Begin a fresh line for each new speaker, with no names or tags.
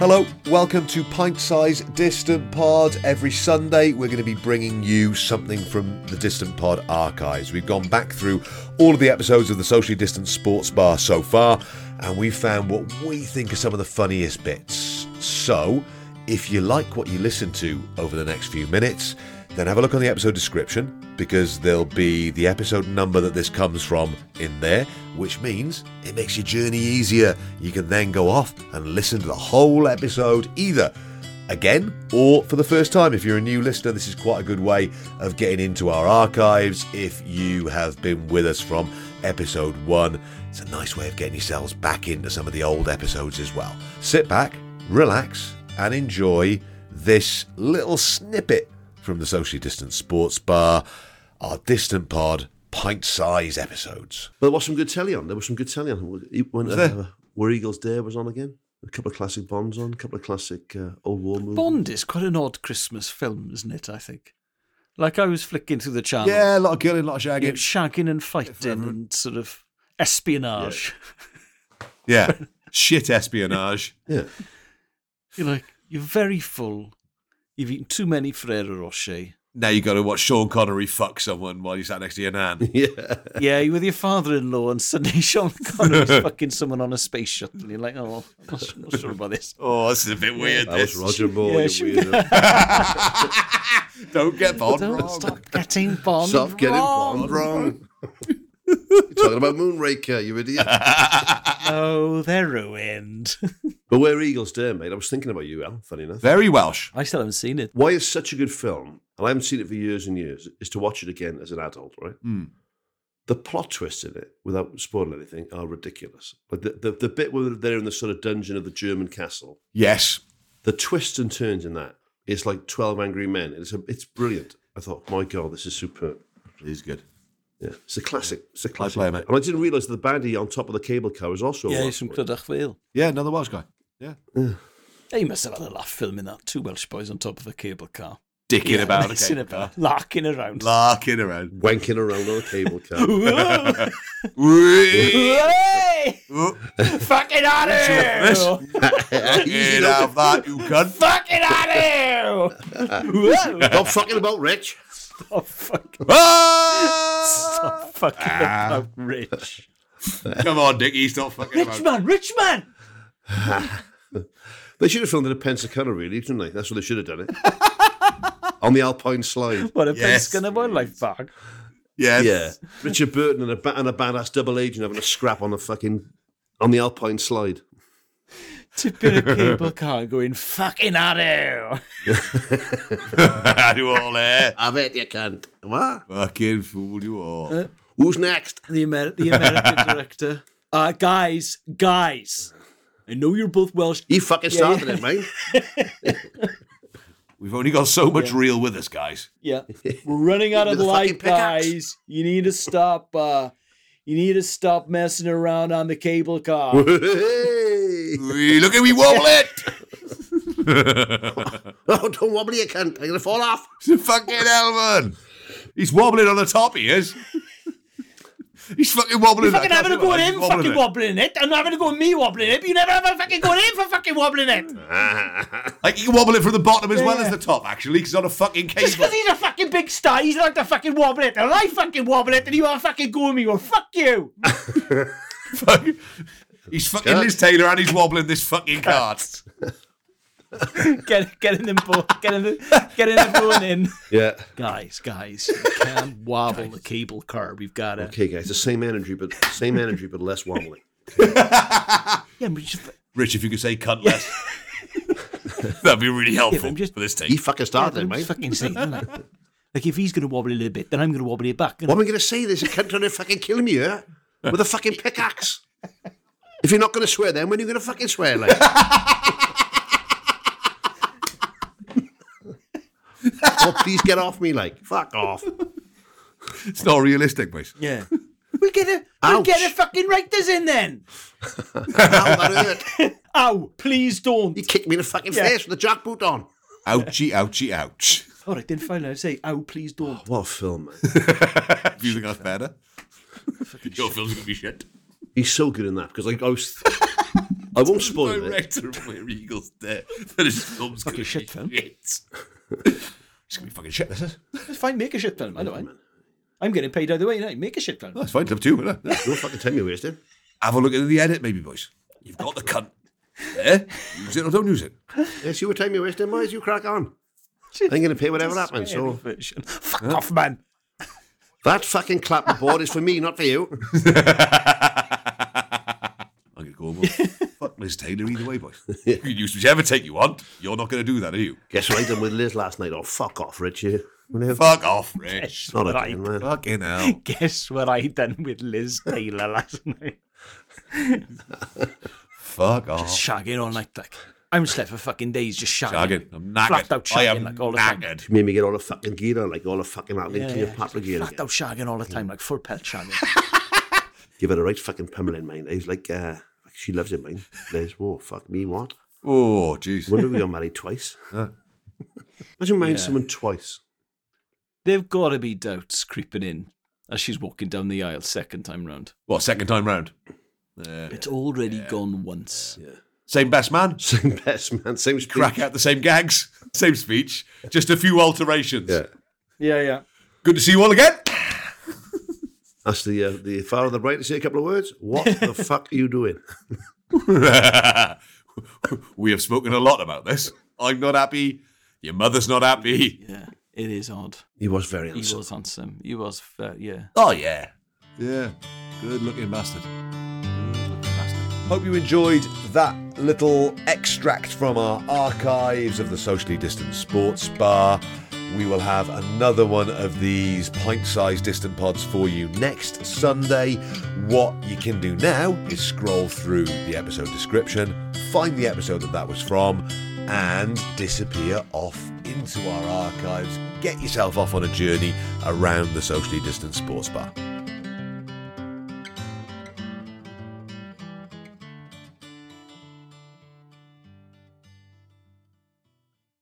Hello, welcome to Pint Size Distant Pod. Every Sunday, we're going to be bringing you something from the Distant Pod archives. We've gone back through all of the episodes of the Socially Distant Sports Bar so far, and we found what we think are some of the funniest bits. So, if you like what you listen to over the next few minutes, then have a look on the episode description because there'll be the episode number that this comes from in there, which means it makes your journey easier. You can then go off and listen to the whole episode either again or for the first time. If you're a new listener, this is quite a good way of getting into our archives. If you have been with us from episode one, it's a nice way of getting yourselves back into some of the old episodes as well. Sit back, relax, and enjoy this little snippet from the socially distant sports bar, our distant pod pint size episodes.
But there was some good telly on. There was some good telly on. He went,
there?
uh, Where Eagles Dare was on again. A couple of classic Bonds on. A couple of classic uh, old war movies.
Bond is quite an odd Christmas film, isn't it? I think. Like I was flicking through the channel,
Yeah, a lot of killing, a lot of
you
shagging.
know, shagging and fighting and sort of espionage.
Yeah. Shit espionage.
Yeah.
You're like you're very full. You've eaten too many Ferrero Rocher.
Now you got to watch Sean Connery fuck someone while you sat next to your nan.
Yeah.
Yeah, you're with your father-in-law, and suddenly Sean Connery's fucking someone on a space shuttle. You're like, oh, I'm not, su- not sure about this.
Oh, this is a bit weird.
That was
this.
Roger Moore.
Yeah,
you
she-
weirdo.
Don't get Bond
Don't
wrong.
stop getting Bond
Stop getting
wrong.
Bond wrong. You're talking about Moonraker, you idiot.
Oh, they're ruined.
but Where Eagles Dare, mate, I was thinking about you, Al, funny enough.
Very Welsh.
I still haven't seen it.
Why it's such a good film, and I haven't seen it for years and years, is to watch it again as an adult, right? the plot twists in it, without spoiling anything, are ridiculous. Like the, the, the bit where they're in the sort of dungeon of the German castle,
Yes.
the twists and turns in that, it's like 12 Angry Men. It's, a, it's brilliant. I thought, my God, this is superb.
He's good.
Yeah, it's a classic. It's a classic.
play, mate.
And I didn't realise the baddie on top of the cable car was also. a
Yeah,
Welsh
he's from
boy.
Clydach Vale.
Yeah, another Welsh guy. Yeah.
They must have had a laugh filming that. Two Welsh boys on top of a cable car.
Dicking about.
Messing
Okay.
about, larking around.
Larking around.
Wanking around on a cable car.
Whee!
Hey!
Oh,
Fucking on you!
Get out of that, you cunt.
Fucking on you! Whoa!
Stop fucking about Rich.
Stop fucking,
Ah!
stop fucking about Rich.
Come on, Dickie, stop fucking
Rich
about.
man, rich man!
They should have filmed it at Pensacana, really, didn't they? That's what they should have done it. on the Alpine slide.
What a
Yes,
yes, Penskiner wildlife
Yes.
park.
Yeah. Richard Burton and a, ba- and a badass double agent having a scrap on a fucking. on the Alpine slide.
Tipping a cable car going, fucking on you!
you all there.
I bet you can't. What?
Fucking fool you all.
Who's next?
the, Amer- the American director. Uh, guys, guys, I know you're both Welsh.
He fucking started it, mate.
We've only got so much real with us, guys.
Yeah, we're running out of
With a fucking
light,
pickaxe.
guys. You need to stop. Uh, you need to stop messing around on the cable car.
Hey.
We look at me wobble it.
Oh, don't wobble, you can't. I'm going to fall off.
fucking Elvin. He's wobbling on the top. He is. He's fucking wobbling.
You're fucking
I can't
having a
do
go
it.
at
He's
him, fucking
it.
wobbling it. I'm having a go at me wobbling it. But you never have a fucking go at him for fucking wobbling it.
Like you can wobble it from the bottom as
Yeah,
well
yeah.
as the top, actually, because on a fucking
Just
cable.
because he's a fucking big star, he's like to fucking wobble it. And I fucking wobble it, and you want to fucking go at me. Well, fuck you.
Fucking- He's fucking Liz Taylor and he's wobbling this fucking cart.
Get, getting them both, getting them, getting everyone in.
Yeah.
guys, guys, you can't wobble the cable car. We've got to.
Okay, guys, the same energy, but same energy, but less wobbling.
Yeah, but just,
Rich, if you could say cunt less. That'd be really helpful
I'm just-
for this take.
He fucking started it,
I'm
mate.
just fucking saying. Like, like, if he's going to wobble it a little bit, then I'm going to wobble it back.
What am I going to say? There's a cunt trying to fucking kill me, yeah? With a fucking pickaxe. If you're not going to swear then, when are you going to fucking swear, like? oh, please get off me, like. Fuck off.
It's not realistic, mate.
Yeah. We'll get a we'll
Ouch.
get a fucking rectors in then.
Ow, that hurt.
Ow, please don't.
He kicked me in the fucking
Yeah.
face with a jackboot on.
Ouchie, ouchie, ouch.
All right, then finally I say, ow, please don't.
What a film.
If you think that's better. Your film's gonna be shit.
He's so good in that because like, I was, I won't spoil it.
director of Where Eagles Dare that his film's gonna
shit
be
film.
shit.
It's going to be fucking shit, this is.
It's fine, make a shit film. I don't mind. I'm getting paid either way, you know. Make a shit film.
That's fine, it's up to you. isn't it?
Don't fucking time you're wasting.
Have a look at the edit, maybe, boys.
You've got the cunt.
Eh? Use it or don't use it.
Yeah, see what time you're wasting, boys. You crack on. I'm going to pay whatever happens. So
Version. Fuck off, man.
that fucking clapperboard is for me, not for you.
I'm going to go over. Fuck Liz Taylor either way, boys. You can use whichever take you want. You're not going to do that, are you?
Guess what I done with Liz last night? Oh, fuck off, Richie. Not
Fuck off, Rich.
a
Right.
thing, man.
Fucking hell.
Guess what I done with Liz Taylor last night?
Fuck off.
Shagging all night, like. I'm slept for fucking days just shagging.
Shagging. I'm knackered.
Flat out
I
shagging,
am
like, all the time.
knackered.
She made me get all the fucking gear on, like all the fucking Atlanta
Yeah, yeah.
Cleopatra gear.
Flat
again.
out shagging all the time, like full pelt shagging.
Give her a right fucking pummel in mind. I was like, uh, she loves it, mine. Liz, whoa, fuck me, what?
Oh, jeez.
Wonder we got married twice.
Huh.
Imagine marrying someone twice.
There've got to be doubts creeping in as she's walking down the aisle second time round.
What, second time round? Yeah.
It's already gone once.
Same best man.
Same best man, same speech.
Crack out the same gags. Same speech. Just a few alterations.
Yeah.
Yeah, yeah.
Good to see you all again.
That's the uh, the father of the bride to say a couple of words. What the fuck are you doing?
we have spoken a lot about this. I'm not happy. Your mother's not happy.
Yeah. It is odd.
He was very
He
handsome.
was handsome. He was, uh, yeah.
Oh, yeah. Yeah. Good looking bastard. Hope you enjoyed that little extract from our archives of the socially distant sports bar. We will have another one of these pint sized distant pods for you next Sunday. What you can do now is scroll through the episode description, find the episode that that was from, and disappear off into our archives. Get yourself off on a journey around the socially distant sports bar.